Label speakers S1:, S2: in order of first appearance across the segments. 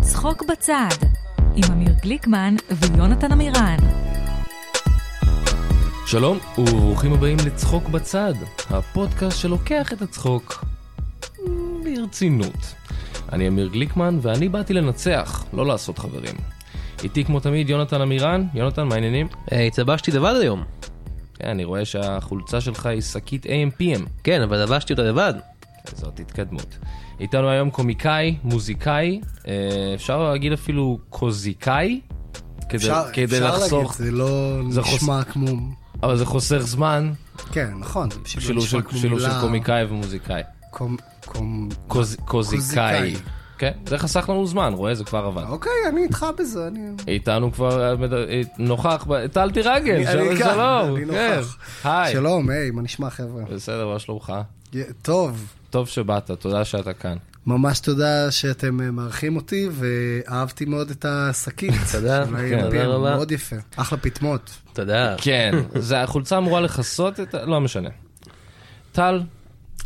S1: צחוק בצד, עם אמיר גליקמן ויונתן עמירן.
S2: שלום וברוכים הבאים לצחוק בצד, הפודקאסט שלוקח את הצחוק ברצינות. אני אמיר גליקמן ואני באתי לנצח, לא לעשות חברים. איתי כמו תמיד יונתן עמירן, יונתן מה העניינים?
S3: אה, התלבשתי לבד היום.
S2: כן, אני רואה שהחולצה שלך היא שקית AMPM,
S3: כן, אבל לבשתי אותה לבד.
S2: זאת התקדמות. איתנו היום קומיקאי, מוזיקאי, אה, אפשר להגיד אפילו קוזיקאי, כדי,
S4: אפשר,
S2: כדי
S4: אפשר
S2: לחסוך,
S4: להגיד, זה לא
S2: זה
S4: נשמע כמו...
S2: אבל זה חוסך זמן,
S4: כן, נכון, זה פשוט לא
S2: שילוב
S4: נשמע
S2: של,
S4: כמו
S2: שילוב
S4: מילה...
S2: של קומיקאי ומוזיקאי.
S4: קומ... קומ...
S2: קוז- קוזיקאי.
S4: קוזיקאי.
S2: כן, זה חסך לנו זמן, רואה? זה כבר עבד.
S4: אוקיי, אני איתך בזה, אני...
S2: איתנו כבר אה, מד- אה, נוכח, ב- טל תירגל,
S4: אני-
S2: שלום,
S4: אני כאן,
S2: שלום.
S4: אני
S2: כן.
S4: נוכח.
S2: היי.
S4: שלום, היי, מה נשמע, חבר'ה?
S2: בסדר, מה שלומך?
S4: י- טוב,
S2: טוב שבאת, תודה שאתה כאן.
S4: ממש תודה שאתם אה, מארחים אותי, ואהבתי מאוד את השקית.
S3: תודה,
S4: של
S3: כן,
S4: ה-AMPM,
S3: תודה רבה.
S4: מאוד יפה, אחלה פטמות.
S3: תודה.
S2: כן, זה החולצה אמורה לכסות את ה... לא משנה. טל,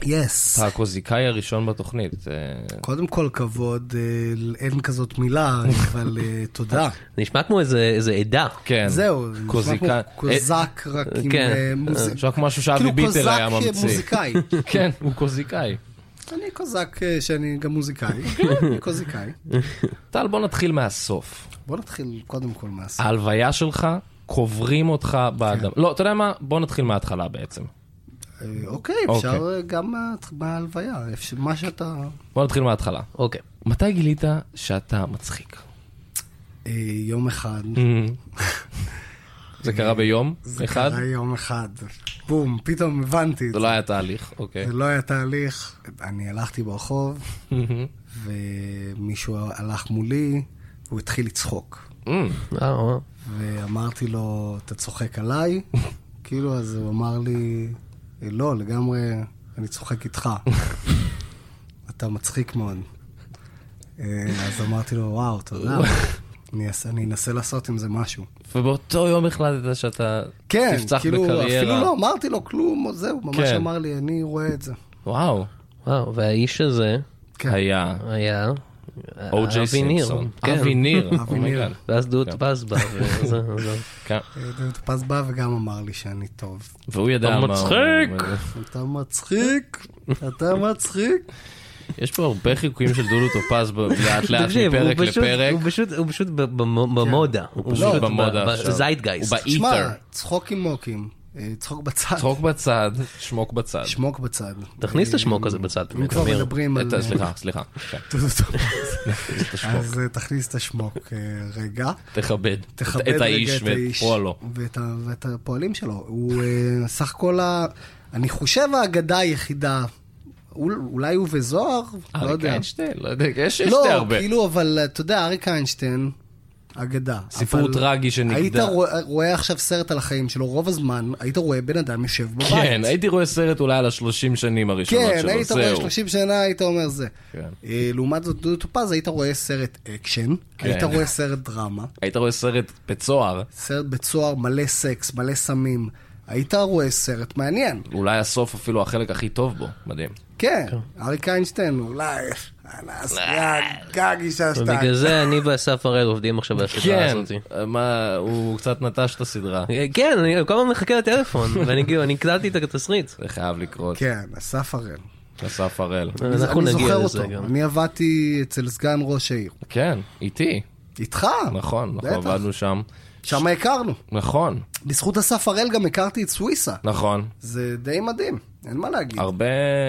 S4: יס.
S2: אתה הקוזיקאי הראשון בתוכנית. אה,
S4: קודם כל, כבוד, אה, אין כזאת מילה, אבל אה, תודה.
S3: זה נשמע כמו איזה איזה עדה.
S2: כן.
S4: זהו, זה נשמע
S2: קוזיקאי. אה,
S4: כמו קוזק, רק עם
S3: כן.
S4: אה, מוזיק.
S2: עכשיו כמו משהו שאבי ביטל היה
S4: כאילו קוזק
S2: ממציא.
S4: מוזיקאי.
S2: כן, הוא קוזיקאי.
S4: אני קוזק אה, שאני גם מוזיקאי. אני קוזיקאי.
S2: טל, בוא נתחיל מהסוף.
S4: בוא נתחיל קודם כל מהסוף.
S2: ההלוויה שלך, קוברים אותך באדמה.
S4: כן.
S2: לא, אתה יודע מה? בוא נתחיל מההתחלה בעצם.
S4: אה, אוקיי,
S2: אוקיי.
S4: אפשר אה, גם מה- מההלוויה, אפשר- מה שאתה...
S2: בוא נתחיל מההתחלה.
S3: אוקיי.
S2: מתי גילית שאתה מצחיק?
S4: אה, יום אחד.
S2: זה קרה ביום
S4: זה
S2: אחד?
S4: קרה יום אחד. בום, פתאום הבנתי את
S2: זה
S4: זה.
S2: לא היה תהליך, אוקיי.
S4: זה לא היה תהליך. אני הלכתי ברחוב, ומישהו הלך מולי, והוא התחיל לצחוק.
S2: אמ,
S3: אה, אה.
S4: ואמרתי לו, אתה צוחק עליי? כאילו, אז הוא אמר לי, "אה, לא, לגמרי, אני צוחק איתך. אתה מצחיק מאוד. אה, אז אמרתי לו, וואו, תודה. אני אעשה- אני אנסה לעשות עם זה משהו.
S2: ובאותו יום החלטת שאתה
S4: כן,
S2: תפצח
S4: כאילו,
S2: בקריירה.
S4: אפילו לא אמרתי לו כלום, זהו, ממש
S2: כן.
S4: אמר לי, אני רואה את זה.
S2: וואו,
S3: וואו, והאיש הזה
S4: כן.
S2: היה
S3: היה...
S2: או.ג'יי
S3: אה, אבי ניר.
S2: סימפסון.
S3: כן.
S2: אבי ניר.
S4: אבי ניר.
S2: אומייגאד.
S3: ואז דוד
S2: כן.
S3: פז בא. וזה- זה-
S2: כן.
S4: אה, דוד פז בא וגם אמר לי שאני טוב.
S2: והוא ידע
S3: אתה
S2: מה... הוא-
S3: מצחיק.
S4: אתה מצחיק, אתה מצחיק.
S2: יש פה הרבה חיקויים של דודו טופז ב- לאט לאט
S3: תקשיב, הוא
S2: מפרק
S3: פשוט-
S2: לפרק.
S3: הוא פשוט- הוא פשוט ב- ב- במודה. הוא
S2: פשוט
S3: ב-
S2: במודה
S3: ב-
S2: עכשיו.
S3: בזיידגייסט.
S2: הוא באי-
S4: שמע,
S2: איתר.
S4: צחוק עם מוקים, אה, צחוק בצד.
S2: צחוק בצד, שמוק בצד.
S4: שמוק בצד. אה,
S3: תכניס את השמוק הזה בצד,
S4: אם
S3: באמת,
S4: כבר
S3: אמיר.
S4: מדברים על...
S2: אתה- סליחה, סליחה. כן,
S4: טוב, טוב, טוב.
S2: זה תשמוק.
S4: אז אה, תכניס את השמוק אה, רגע.
S2: תכבד.
S4: תכבד
S2: את
S4: רגע
S2: האיש
S4: את
S2: ואת
S4: האיש
S2: פועלו.
S4: ואת ה- ואת הפועלים שלו. הוא אה, סך הכל, ה- אני חושב, האגדה היחידה. אול- אולי הוא וזוהר? לא
S2: אריק
S4: יודע.
S2: איינשטיין? לא יודע, יש יש
S4: לא,
S2: די הרבה.
S4: כאילו, אבל אתה יודע, אריק איינשטיין, אגדה.
S2: סיפור
S4: אבל
S2: טרגי שנגדע.
S4: היית רוא- רואה עכשיו סרט על החיים שלו, רוב הזמן היית רואה בן אדם יושב בבית.
S2: כן, הייתי רואה סרט אולי על השלושים שנים הראשונות שלו,
S4: כן,
S2: זהו.
S4: היית רואה 30 שנה, היית אומר זה.
S2: כן.
S4: אה, לעומת זאת, דודו טופז, היית רואה סרט אקשן,
S2: כן.
S4: היית רואה סרט דרמה,
S2: היית רואה סרט בצוהר,
S4: סרט בית סוהר מלא סקס, מלא סמים, היית רואה סרט מעניין.
S2: אולי הסוף אפילו החלק הכי טוב בו, מדהים.
S4: כן, אריק איינשטיין, אולי, אנס, יד, גג אישה
S3: בגלל
S4: שתיים.
S3: זה אני ואסף הראל עובדים עכשיו על הסדרה
S2: כן,
S3: הזאת.
S2: מה, הוא קצת נטש את הסדרה,
S3: אה, כן, אני כל הזמן מחכה לטלפון, ואני כאילו, אני הקלטתי את התסריט.
S2: זה חייב לקרות,
S4: כן, אסף הראל.
S2: אסף הראל.
S3: אנחנו
S4: אני
S3: נגיע
S4: זוכר
S3: לזה
S4: אותו.
S3: גם.
S4: אני עבדתי אצל סגן ראש העיר.
S2: כן, איתי,
S4: איתך.
S2: נכון, אנחנו
S4: בטח.
S2: עבדנו שם.
S4: שם הכרנו.
S2: נכון,
S4: בזכות אסף הראל גם הכרתי את סוויסה.
S2: נכון.
S4: זה די מדהים, אין מה להגיד.
S2: הרבה,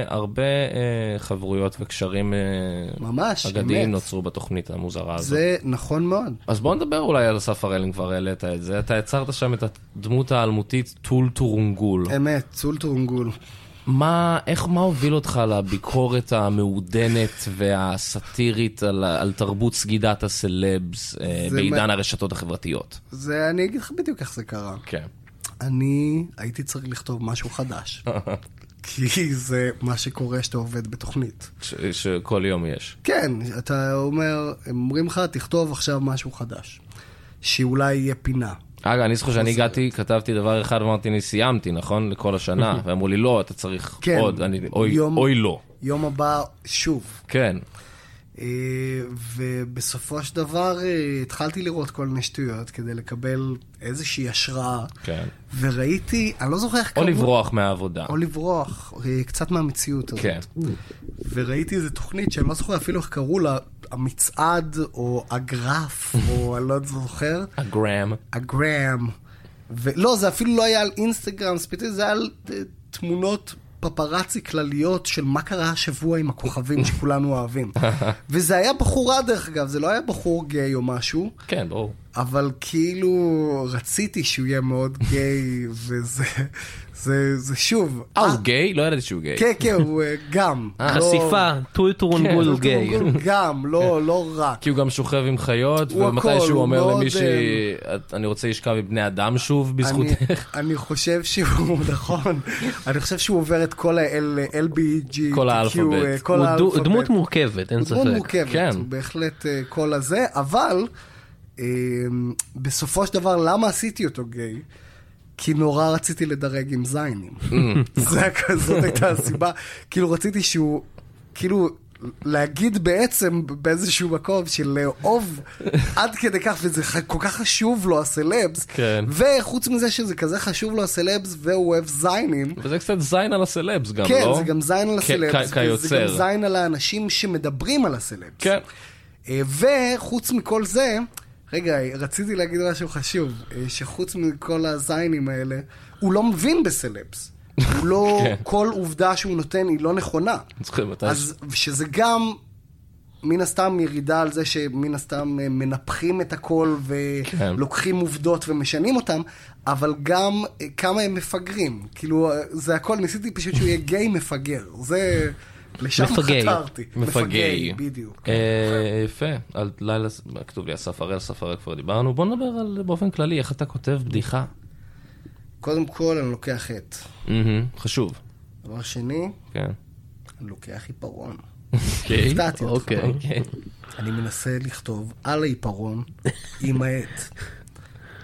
S2: הרבה אה, חברויות וקשרים אה,
S4: ממש,
S2: אגדיים
S4: אמת.
S2: נוצרו בתוכנית המוזרה הזאת.
S4: זה נכון מאוד.
S2: אז בוא נדבר אולי על אסף הראל, אם כבר העלית את זה. אתה יצרת שם את הדמות האלמותית טול טורונגול.
S4: אמת, צול טורנגול.
S2: מה, איך, מה הוביל אותך לביקורת המעודנת והסאטירית על, על תרבות סגידת הסלבס אה,
S4: זה
S2: בעידן
S4: מה-
S2: הרשתות החברתיות?
S4: זה, אני אגיד לך בדיוק איך זה קרה.
S2: כן.
S4: אני הייתי צריך לכתוב משהו חדש. כי זה מה שקורה כשאתה עובד בתוכנית.
S2: ש, שכל יום יש.
S4: כן, אתה אומר, הם אומרים לך, תכתוב עכשיו משהו חדש. שאולי יהיה פינה.
S2: אגב, אני זוכר שאני הגעתי, כתבתי דבר אחד, אמרתי, אני סיימתי, נכון? לכל השנה. ואמרו לי, לא, אתה צריך
S4: כן.
S2: עוד. אני, אוי,
S4: יום-
S2: אוי לא.
S4: יום הבא, שוב.
S2: כן.
S4: אה, ובסופו של דבר אה, התחלתי לראות כל מיני שטויות כדי לקבל איזושהי השראה.
S2: כן.
S4: וראיתי, אני לא זוכר איך
S2: או
S4: קראו-
S2: לברוח מהעבודה.
S4: או לברוח, אה, קצת מהמציאות הזאת.
S2: כן.
S4: וראיתי איזו תוכנית שאני לא זוכר אפילו איך קראו לה, המצעד, או הגרף, או אני לא זוכר,
S2: הגרם.
S4: הגרם. ולא, זה אפילו לא היה על אינסטגרם ספציפית, זה היה על אה, תמונות פפראצי כלליות של מה קרה השבוע עם הכוכבים שכולנו אוהבים. וזה היה בחורה דרך אגב, זה לא היה בחור גיי או משהו.
S2: כן, ברור.
S4: אבל כאילו רציתי שהוא יהיה מאוד גיי, וזה, זה, זה שוב.
S2: אה, הוא גיי? לא ידעתי שהוא גיי.
S4: כן, כן, הוא אה, גם.
S2: אה,
S4: לא-
S3: חשיפה, טולטורונגול
S2: כן.
S3: הוא
S4: הוא
S3: גיי.
S4: גם, לא, לא רק.
S2: כי הוא גם שוכב עם חיות,
S4: הוא
S2: ומתי
S4: הכל,
S2: שהוא
S4: הוא
S2: אומר
S4: מאוד, אה,
S2: למישהי, "את- אני רוצה לשכב עם בני אדם שוב
S4: אני,
S2: בזכותך.
S4: אני חושב שהוא, נכון, אני חושב שהוא עובר את כל ה-LBG,
S2: כל האלפאבית.
S4: אה, כל
S3: הוא דו-
S4: האלפאבית.
S3: דמות מורכבת, אין
S4: הוא דמות
S3: ספק.
S4: מורכבת,
S2: כן.
S4: הוא בהחלט אה, כל הזה, אבל אה, בסופו של דבר, למה עשיתי אותו גיי? כי נורא רציתי לדרג עם זיינים.
S2: Mm.
S4: זה הכל- זאת הייתה הסיבה. כאילו רציתי שהוא, כאילו, להגיד בעצם באיזשהו מקום של לאהוב עד כדי כך, וזה ח- כל כך חשוב לו הסלבס.
S2: כן.
S4: וחוץ מזה שזה כזה חשוב לו הסלבס והוא אוהב זיינים,
S2: וזה קצת זין על הסלבס גם,
S4: כן,
S2: לא?
S4: זה גם זין על
S2: כ- כ-
S4: הסלבס, וזה
S2: כיוצר.
S4: גם זין על האנשים שמדברים על הסלבס.
S2: כן.
S4: אה, וחוץ מכל זה, רגע, רציתי להגיד משהו חשוב, אה, שחוץ מכל הזיינים האלה, הוא לא מבין בסלבס. הוא לא,
S2: כן.
S4: כל עובדה שהוא נותן היא לא נכונה.
S2: אני זוכר מתי-
S4: אז שזה גם, מן הסתם, ירידה על זה שמן הסתם אה, מנפחים את הכל
S2: כן.
S4: ולוקחים עובדות ומשנים אותם, אבל גם אה, כמה הם מפגרים. כאילו, אה, זה הכל, ניסיתי פשוט שהוא יהיה גיי מפגר. זה... לשם
S3: מפגי.
S4: חתרתי.
S2: מפגי.
S4: בדיוק.
S2: אה, יפה, על לילה, כתוב לי אסף הראל, אסף הראל כבר דיברנו. בוא נדבר על, באופן כללי, איך אתה כותב בדיחה.
S4: קודם כל אני לוקח עט.
S2: מהמם, חשוב.
S4: דבר שני,
S2: כן.
S4: אני לוקח עיפרון.
S2: אוקיי.
S4: הפתעתי אותך.
S3: אוקיי.
S2: אוקיי.
S4: אני מנסה לכתוב על העיפרון עם העט.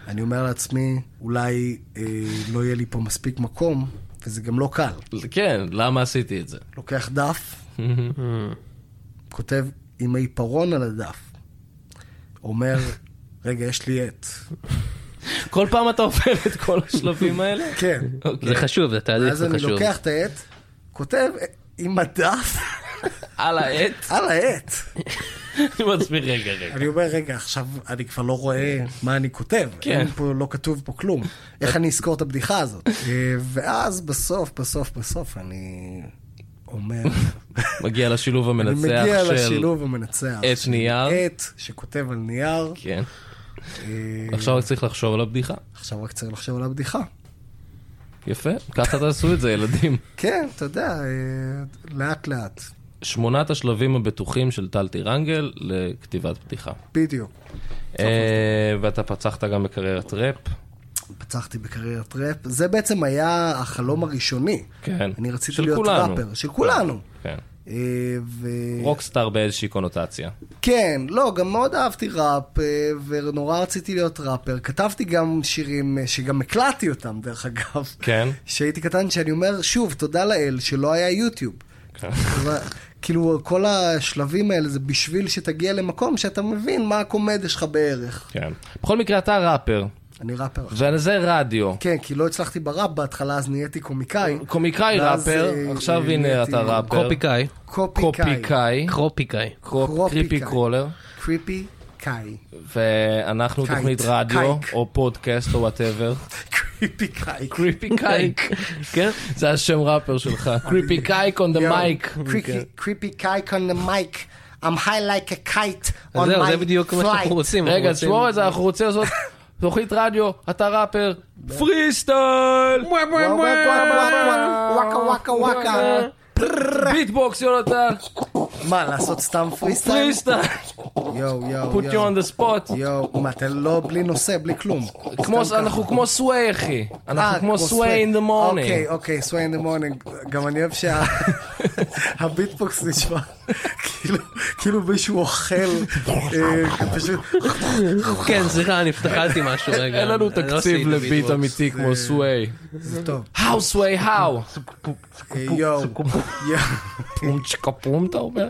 S4: אני אומר לעצמי, אולי אה, לא יהיה לי פה מספיק מקום, וזה גם לא קל.
S2: כן, למה עשיתי את זה?
S4: לוקח דף, כותב עם העיפרון על הדף. אומר, רגע, יש לי עט.
S2: כל פעם אתה עובר את כל השלבים האלה?
S4: כן.
S2: אוקיי.
S3: זה חשוב, זה תהליך
S4: אז אני
S3: חשוב.
S4: לוקח את העט, כותב אה, עם הדף
S2: על העט?
S4: על העט.
S2: אני מצביע, רגע, רגע.
S4: אני אומר, רגע, עכשיו אני כבר לא רואה מה אני כותב.
S2: כן.
S4: אין פה, לא כתוב פה כלום. איך אני אזכור את הבדיחה הזאת? אה, ואז בסוף, בסוף, בסוף אני אומר,
S2: מגיע לשילוב
S4: אני
S2: המנצח של...
S4: מגיע לשילוב המנצח.
S2: עט
S4: של
S2: נייר.
S4: עט שכותב על נייר.
S2: כן.
S4: אה,
S2: עכשיו רק צריך לחשוב על הבדיחה.
S4: עכשיו רק צריך לחשוב על הבדיחה.
S2: יפה, ככה תעשו את זה, ילדים.
S4: כן, אתה יודע, אה, לאט לאט.
S2: שמונת השלבים הבטוחים של טל טירנגל לכתיבת בדיחה.
S4: בדיוק.
S2: אה, ואתה פצחת גם בקריירת ראפ.
S4: פצחתי בקריירת ראפ. זה בעצם היה החלום הראשוני.
S2: כן.
S4: אני רציתי
S2: של
S4: להיות
S2: כולנו.
S4: ראפר. אה. של כולנו.
S2: כן.
S4: אה, ו-
S2: רוקסטאר באיזושהי קונוטציה.
S4: כן, לא, גם מאוד אהבתי ראפ, אה, ונורא רציתי להיות ראפר. כתבתי גם שירים אה, שגם הקלטתי אותם, דרך אגב.
S2: כן.
S4: כשהייתי קטן, שאני אומר, שוב, תודה לאל שלא היה יוטיוב.
S2: כן.
S4: אבל, כאילו, כל השלבים האלה זה בשביל שתגיע למקום שאתה מבין מה הקומדיה שלך בערך.
S2: כן. בכל מקרה, אתה ראפר,
S4: אני ראפר עכשיו.
S2: ועל זה רדיו.
S4: כן, כי לא הצלחתי בראפ בהתחלה, אז נהייתי קומיקאי.
S2: קומיקאי
S4: ואז,
S2: ראפר,
S4: אה,
S2: עכשיו
S4: אה,
S2: הנה
S4: נהייתי
S2: אתה ראפר.
S3: קופיקאי,
S4: קופיקאי.
S2: קופיקאי.
S3: קרופיקאי.
S2: קרופ- קריפי
S4: קרופיקאי.
S2: קרולר.
S4: קריפי קאי.
S2: ואנחנו
S4: קייט,
S2: תוכנית רדיו,
S4: קייק.
S2: או פודקאסט, או וואטאבר.
S4: קריפי קאי.
S2: קריפי קייק. כן? זה השם ראפר שלך. קריפי קייק on the
S4: Yo,
S2: mic.
S4: creepy- Creepy kike on the mic. I'm high like a kite
S3: אז
S4: on
S3: זהו, זה
S4: my
S3: בדיוק מה שאנחנו
S4: flight.
S3: רוצים. אנחנו
S2: רגע,
S3: רוצים-
S2: תשמור את זה, אנחנו רוצים לעשות תוכנית רדיו, אתה ראפר, פרי סטייל!
S4: וואו, וואו, וואו, וואו, וואקה וואקה וואקה.
S2: ביטבוקס יונתן,
S4: מה, לעשות סתם פרי סטייל?
S2: פרי סטייל!
S4: יואו, יואו,
S2: put you on
S4: יואו.
S2: the spot.
S4: יואו, מה, אתה לא בלי נושא, בלי כלום.
S2: כמו-
S4: סתם ככה.
S2: אנחנו כמו סווי אחי,
S4: אה,
S2: אנחנו כמו סווי in the
S4: אוקיי,
S2: morning.
S4: אוקיי, סווי אין דה מורנינג. גם אני אוהב שהביטבוקס נשמע כאילו- כאילו מישהו אוכל. אה, פשוט...
S3: כן, סליחה, אני פתחתי משהו רגע.
S2: אין לנו
S3: אני לא
S2: תקציב
S3: עשיתי
S2: לביט
S3: ביטבוקס.
S2: אמיתי כמו סווי.
S4: זה טוב.
S2: האו סווי האו?
S4: אה, יואו. יואו.
S2: פום צ'קה פום אתה אומר?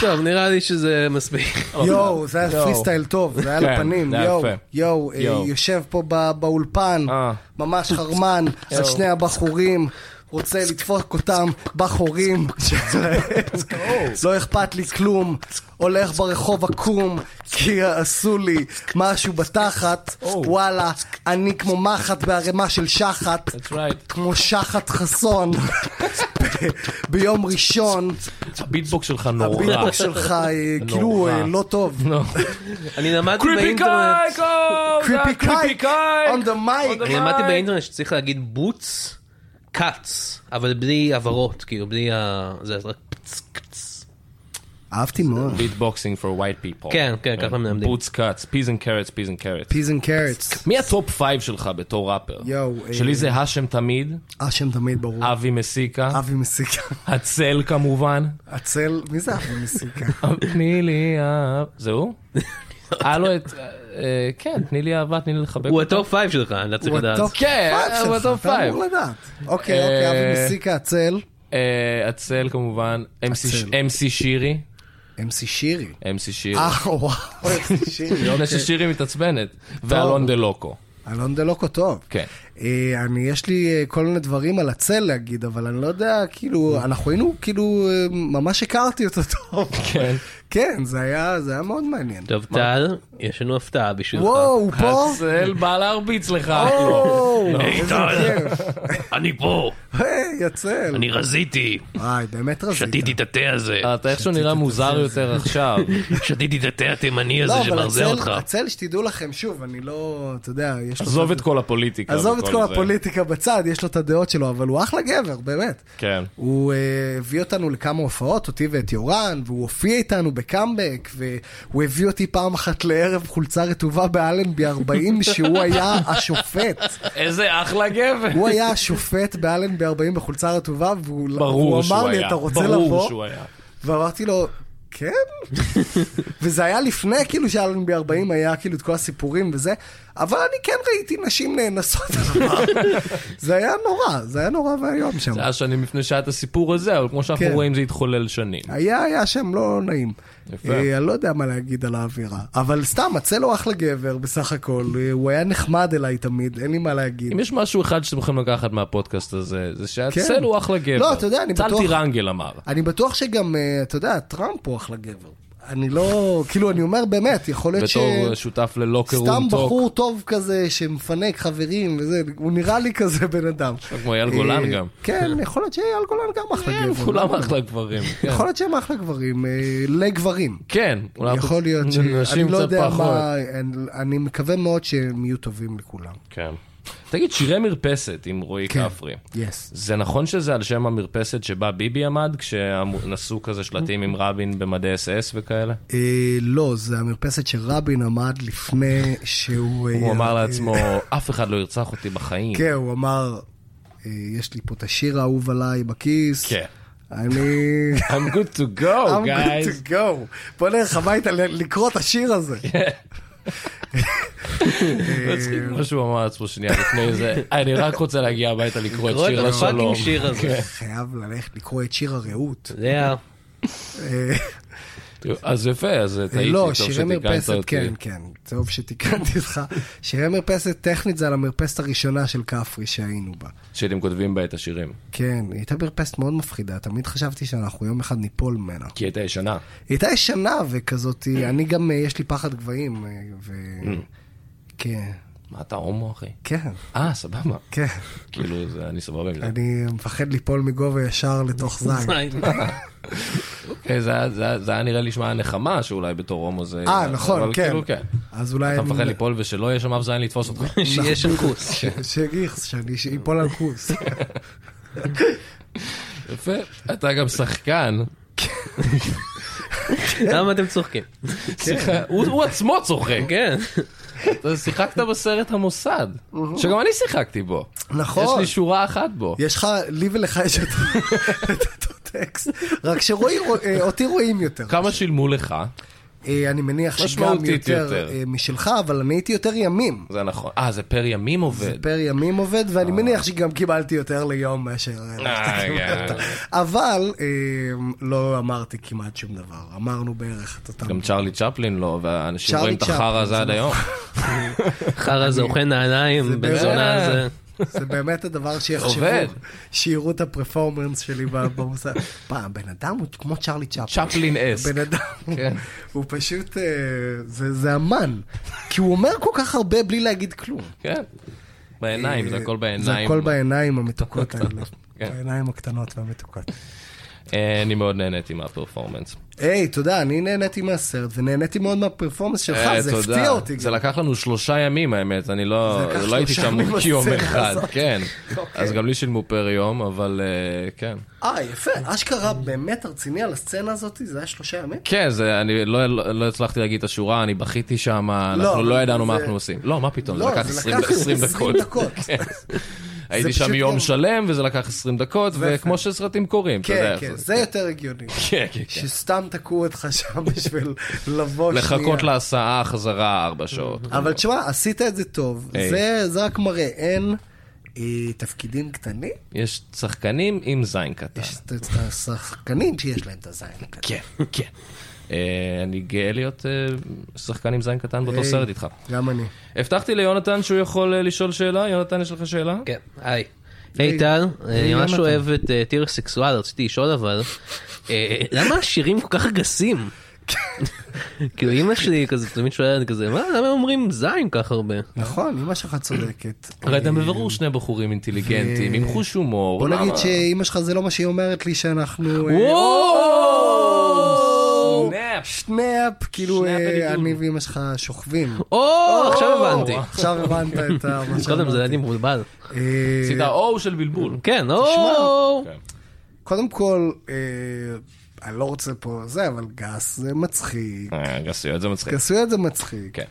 S3: טוב, נראה לי שזה מספיק.
S4: יואו, זה היה פרי סטייל טוב, זה היה
S2: לא, כן,
S4: לפנים,
S2: זה היה
S4: יואו,
S2: יפה.
S4: יואו, אה,
S2: יואו.
S4: יושב פה ב- באולפן,
S2: אה.
S4: ממש חרמן, על שני הבחורים, רוצה לדפוק אותם בחורים, לא אכפת לי כלום, הולך ברחוב עקום, כי עשו לי משהו בתחת, וואלה, אני כמו מחט בערימה של שחת,
S2: That's right.
S4: כמו שחת חסון, ב- ביום ראשון,
S2: הביטבוקס שלך נורא.
S4: הביטבוק שלך אה, כאילו
S2: נורא.
S4: אה, לא טוב.
S2: נו.
S3: אני למדתי
S2: קריפי
S3: באינטרנט,
S2: קייק! אה, זה
S4: קריפי
S2: הקריפי
S4: קייק! on the mic.
S2: On the
S3: אני למדתי
S2: Bye.
S3: באינטרנט שצריך להגיד בוץ, קאץ, אבל בלי הברות, כאילו בלי ה... זה רק פצ, קצ.
S4: אהבתי מאוד.
S2: ביטבוקסינג for white people.
S3: כן, כן, ככה מלמדים.
S2: בוטס קאץ, פיז אנד קרץ, פיז אנד קרץ.
S4: פיז אנד קרטס.
S2: מי הטופ פייב שלך בתור ראפר?
S4: יואו, אה,
S2: שלי זה האשם תמיד,
S4: אשם תמיד ברור.
S2: אבי מסיקה,
S4: אבי מסיקה.
S2: הצל כמובן.
S4: הצל, מי זה אבי מסיקה?
S2: תני לי אהבה. זה הוא? היה לו את... אה, כן, תני לי אהבה, תני לי לחבק.
S3: הוא הטופ פייב שלך, אני לא צריך
S4: הוא
S3: לדעת.
S4: הטופ
S2: כן,
S4: פייב
S2: הוא
S4: שלך,
S2: הטופ
S4: אתה
S2: פייב.
S4: אמור לדעת. אוקיי, אוקיי, אבי
S2: אה,
S4: מסיקה, הצל.
S2: אה, הצל כמובן,
S4: הצל.
S2: אמסי שירי,
S4: אמסי שירי.
S2: אמסי שירי.
S4: אה, וואו, אמסי שירי.
S2: לפני
S4: אוקיי.
S2: ששירי מתעצבנת, ואלון דה לוקו.
S4: אלון דלוקו טוב.
S2: כן.
S4: אה, אני, יש לי אה, כל מיני דברים על הצל להגיד, אבל אני לא יודע, כאילו, אנחנו היינו, כאילו, אה, ממש הכרתי אותו טוב.
S2: כן.
S4: כן, זה היה, זה היה מאוד מעניין.
S3: טוב, טל, יש לנו הפתעה בשבילך.
S4: וואו, הוא פה?
S2: הצל בא להרביץ לך.
S4: אה, וואו,
S2: אה,
S4: איזה
S3: טל.
S4: כיף.
S3: אני פה,
S4: היי, הצל.
S3: רזיתי,
S4: וואי, באמת רזית.
S3: את התה הזה,
S4: אוקיי.
S2: אתה איכשהו נראה מוזר יותר עכשיו.
S3: שתיתי את התה התימני
S4: לא, אבל הצל, הצל שתדעו לכם, שוב, אני לא, אתה יודע, יש לו...
S2: עזוב את כל הפוליטיקה.
S4: עזוב את
S2: וכל
S4: כל
S2: זה.
S4: הפוליטיקה בצד, יש לו את הדעות שלו, אבל הוא אחלה גבר, באמת.
S2: כן.
S4: הוא אה, הביא אותנו לכמה הופעות, אותי ואת יורן, והוא הופיע איתנו בקאמבק, והוא הביא אותי פעם אחת לערב חולצה רטובה באלנבי 40, שהוא היה השופט.
S2: איזה אחלה גבר.
S4: הוא היה השופט באלנבי 40 בחולצה רטובה, והוא
S2: ברור
S4: והוא
S2: שהוא
S4: אמר
S2: היה.
S4: לי, אתה רוצה לבוא?
S2: ברור שהוא היה.
S4: ואמרתי לו, כן? וזה היה לפני, כאילו, שאלנבי 40 היה כאילו את כל הסיפורים וזה, אבל אני כן ראיתי נשים נאנסות עליו. זה היה נורא, זה היה נורא ואיום שם.
S2: זה היה שנים לפני שהיה את הסיפור הזה, אבל כמו שאנחנו
S4: כן.
S2: רואים זה התחולל שנים.
S4: היה, היה שם לא נעים.
S2: יפה.
S4: אה, אני לא יודע מה להגיד על האווירה. אבל סתם, הצל הוא אחלה גבר בסך הכל, אה, הוא היה נחמד אליי תמיד, אין לי מה להגיד.
S2: אם יש משהו אחד שאתם יכולים לקחת מהפודקאסט הזה, זה שהצל
S4: כן.
S2: הוא אחלה גבר.
S4: לא, אתה יודע, אני בטוח-
S2: טל טירנגל אמר.
S4: אני בטוח שגם, אה, אתה יודע, טראמפ הוא אחלה גבר. אני לא, כאילו, אני אומר באמת, יכול להיות ש...
S2: בתור שותף ללוקר רום
S4: סתם
S2: טוק.
S4: בחור טוב כזה שמפנק חברים וזה, הוא נראה לי כזה בן אדם.
S2: כמו אייל גולן
S4: אה,
S2: גם.
S4: כן, יכול להיות שאייל גולן גם אחלה
S2: כן,
S4: גבר. לא?
S2: כולם אחלה גברים. כן.
S4: יכול להיות שהם אחלה גברים, אה, לגברים.
S2: כן, אולי
S4: יכול להיות ש...
S2: נשים
S4: אני לא
S2: קצת
S4: יודע
S2: פחות.
S4: מה... אני- אני מקווה מאוד שהם יהיו טובים לכולם.
S2: כן. תגיד, שירי מרפסת עם רועי
S4: כן.
S2: כפרי.
S4: יס.
S2: זה נכון שזה על שם המרפסת שבה ביבי עמד, כשנסעו כזה שלטים עם רבין במדי אס אס וכאלה?
S4: אה, לא, זה המרפסת שרבין עמד לפני שהוא...
S2: הוא
S4: אה,
S2: אמר
S4: אה,
S2: לעצמו, אף אחד לא ירצח אותי בחיים.
S4: כן, הוא אמר, אה, יש לי פה את השיר האהוב עליי בכיס.
S2: כן.
S4: אני...
S2: I'm good to go,
S4: I'm good
S2: Oh, guys. כן,
S4: to go. בוא נלך הביתה ל- לקרוא את השיר הזה.
S2: מצחיק מה שהוא אמר לעצמו שנייה לפני זה. אני רק רוצה להגיע הביתה לקרוא את
S3: קרוא את
S2: שיר השלום.
S3: הפאקינג שיר הזה.
S4: כן.
S2: כן.
S4: חייב ללכת לקרוא את שיר הרעות.
S3: זה ה...
S4: אה,
S2: אז יפה, אז טעיתי,
S4: לא,
S2: טוב
S4: שירי
S2: שתיקנת
S4: מרפסת,
S2: אותי.
S4: כן, כן. טוב שתיקנתי אותך. שירי מרפסת טכנית זה על המרפסת הראשונה של כפרי שהיינו בה.
S2: שאתם כותבים בה את השירים.
S4: כן, היא הייתה מרפסת מאוד מפחידה, תמיד חשבתי שאנחנו יום אחד ניפול ממנה.
S2: כי היא הייתה ישנה.
S4: היא הייתה ישנה וכזאת, אני גם, אה, יש לי פחד גבהים, אה, ו...
S2: Mm.
S4: כן,
S2: מה אתה הומו, אחי?
S4: כן,
S2: אה, סבבה.
S4: כן.
S2: כאילו, זה- אני סבבה עם זה.
S4: אני מפחד ליפול מגובה ישר לתוך זין. כן.
S2: אוקיי, זה היה- זה היה- זה היה נראה לי שמע נחמה שאולי בתור הומו זה...
S4: אה, נכון,
S2: אבל
S4: כן.
S2: כאילו, כן.
S4: אז אולי...
S2: אתה
S4: אני-
S2: מפחד ליפול ושלא יהיה שם אף זין לתפוס אותך.
S3: שיהיה שם כוס.
S4: שיגיחס, שאני שיפול על כוס.
S2: יפה. אתה גם שחקן.
S3: למה אתם צוחקים?
S4: כן.
S2: שיחה- הוא הוא עצמו צוחק.
S3: כן.
S2: אתה שיחקת בסרט המוסד, שגם אני שיחקתי בו. יש
S4: נכון.
S2: לי שורה אחת בו.
S4: יש לך, לי ולך יש את את אותו טקסט, רק שרואי, אה, אותי רואים יותר.
S2: כמה שילמו לך?
S4: אה, אה, אני מניח שגם
S2: משמעותית
S4: יותר
S2: יותר.
S4: אה, משלך, אבל אני הייתי יותר ימים.
S2: זה נכון. אה, זה פר ימים עובד.
S4: פר ימים עובד, ואני מניח שגם קיבלתי יותר ליום מאשר...
S2: אה, כן.
S4: אבל אה, לא אמרתי כמעט שום דבר, אמרנו בערך את אותם...
S2: גם צ'רלי צ'פלין לא, והאנשים
S4: צ'רלי
S2: רואים את
S4: צ'פלין,
S2: החרא הזה
S4: זה
S2: עד
S4: נכון.
S2: היום.
S3: חרא זה אוכל נעליים, בן
S4: באמת-
S3: זונה זה...
S4: זה באמת הדבר שיחשבו,
S2: עובד.
S4: שיראו את הפרפורמנס שלי במוסד. פעם, בן אדם הוא כמו צ'רלי צ'פלין.
S2: צ'פלין כן. אס.
S4: בן אדם, הוא פשוט, אה, זה זה אמן, כי הוא אומר כל כך הרבה בלי להגיד כלום.
S2: כן. בעיניים, זה הכל בעיניים.
S4: אה, זה הכל בעיניים המתוקות האלה.
S2: כן.
S4: בעיניים הקטנות והמתוקות.
S2: אה, אני מאוד נהניתי מהפרפורמנס.
S4: היי, תודה, אני נהניתי מהסרט, ונהניתי מאוד מהפרפורמנס שלך,
S2: אה,
S4: זה
S2: תודה.
S4: הפתיע אותי.
S2: זה
S4: גם.
S2: לקח לנו שלושה ימים, האמת. אני לא
S4: זה לקח
S2: לא הייתי
S4: שלושה
S2: שם
S4: ימים
S2: יום
S4: בסצנה
S2: אחד.
S4: הזאת.
S2: כן.
S4: אוקיי.
S2: אז גם לי שילמו פר יום, אבל אה, כן.
S4: אה, יפה, אשכרה באמת הרציני על הסצנה הזאת, זה היה שלושה ימים?
S2: כן, זה, אני לא, לא, לא הצלחתי להגיד את השורה, אני בכיתי שם, אנחנו
S4: אבל
S2: לא ידענו מה
S4: זה-
S2: אנחנו עושים. לא, מה פתאום,
S4: לא,
S2: זה לקח
S4: זה
S2: 20,
S4: לקח
S2: 20
S4: 20
S2: דקות.
S4: דקות.
S2: כן. הייתי
S4: פשוט
S2: שם יום
S4: גם-
S2: שלם, וזה לקח 20 דקות, וכמו שסרטים קורים, אתה יודע
S4: כן,
S2: איך
S4: כן,
S2: זה.
S4: זה יותר הגיוני.
S2: כן, כן, כן.
S4: שסתם תקעו אותך שם בשביל לבוא שנייה.
S2: לחכות להסעה חזרה 4 שעות.
S4: אבל תשמע, עשית את זה טוב,
S2: היי.
S4: זה- זה רק מראה, אין אה, תפקידים קטנים,
S2: יש שחקנים עם זין קטן.
S4: יש את- את השחקנים שיש להם את הזין. הקטן.
S2: כן, כן. אה, אני גאה להיות אה, שחקן עם זין קטן באותו
S4: היי.
S2: סרט לא איתך. אה?
S4: גם אני.
S2: הבטחתי ליונתן שהוא יכול אה, לשאול שאלה, יונתן יש לך שאלה?
S3: כן, היי. היי טל, אני ממש אוהב את אה, טיר סקסואל, רציתי לשאול אבל, אה, למה השירים כל כך גסים? כאילו אימא שלי כזה תמיד שואלת כזה, מה, למה הם אומרים זין כך הרבה?
S4: נכון, אמא שלך צודקת. אה,
S2: הרי אתה בבירור שני בחורים אינטליגנטים, עם חוש הומור.
S4: בוא נגיד
S2: למה?
S4: שאימא שלך זה לא מה שהיא אומרת לי שאנחנו... אה,
S2: וואו! סנאפ.
S4: סנאפ, כאילו
S2: סנאפ
S4: אה,
S2: בניגוד.
S4: אני ואימא שלך שוכבים.
S3: או, עכשיו הבנתי.
S4: עכשיו הבנת את ה- מה
S3: קודם זה
S4: שאמרתי.
S3: הייתי מבולבל.
S4: אה,
S2: עשית או של בלבול.
S3: כן, או.
S2: כן.
S4: קודם כל, אה, אני לא רוצה פה זה, אבל גס זה מצחיק.
S2: אה, גסויות זה מצחיק.
S4: גסויות זה מצחיק.
S2: כן.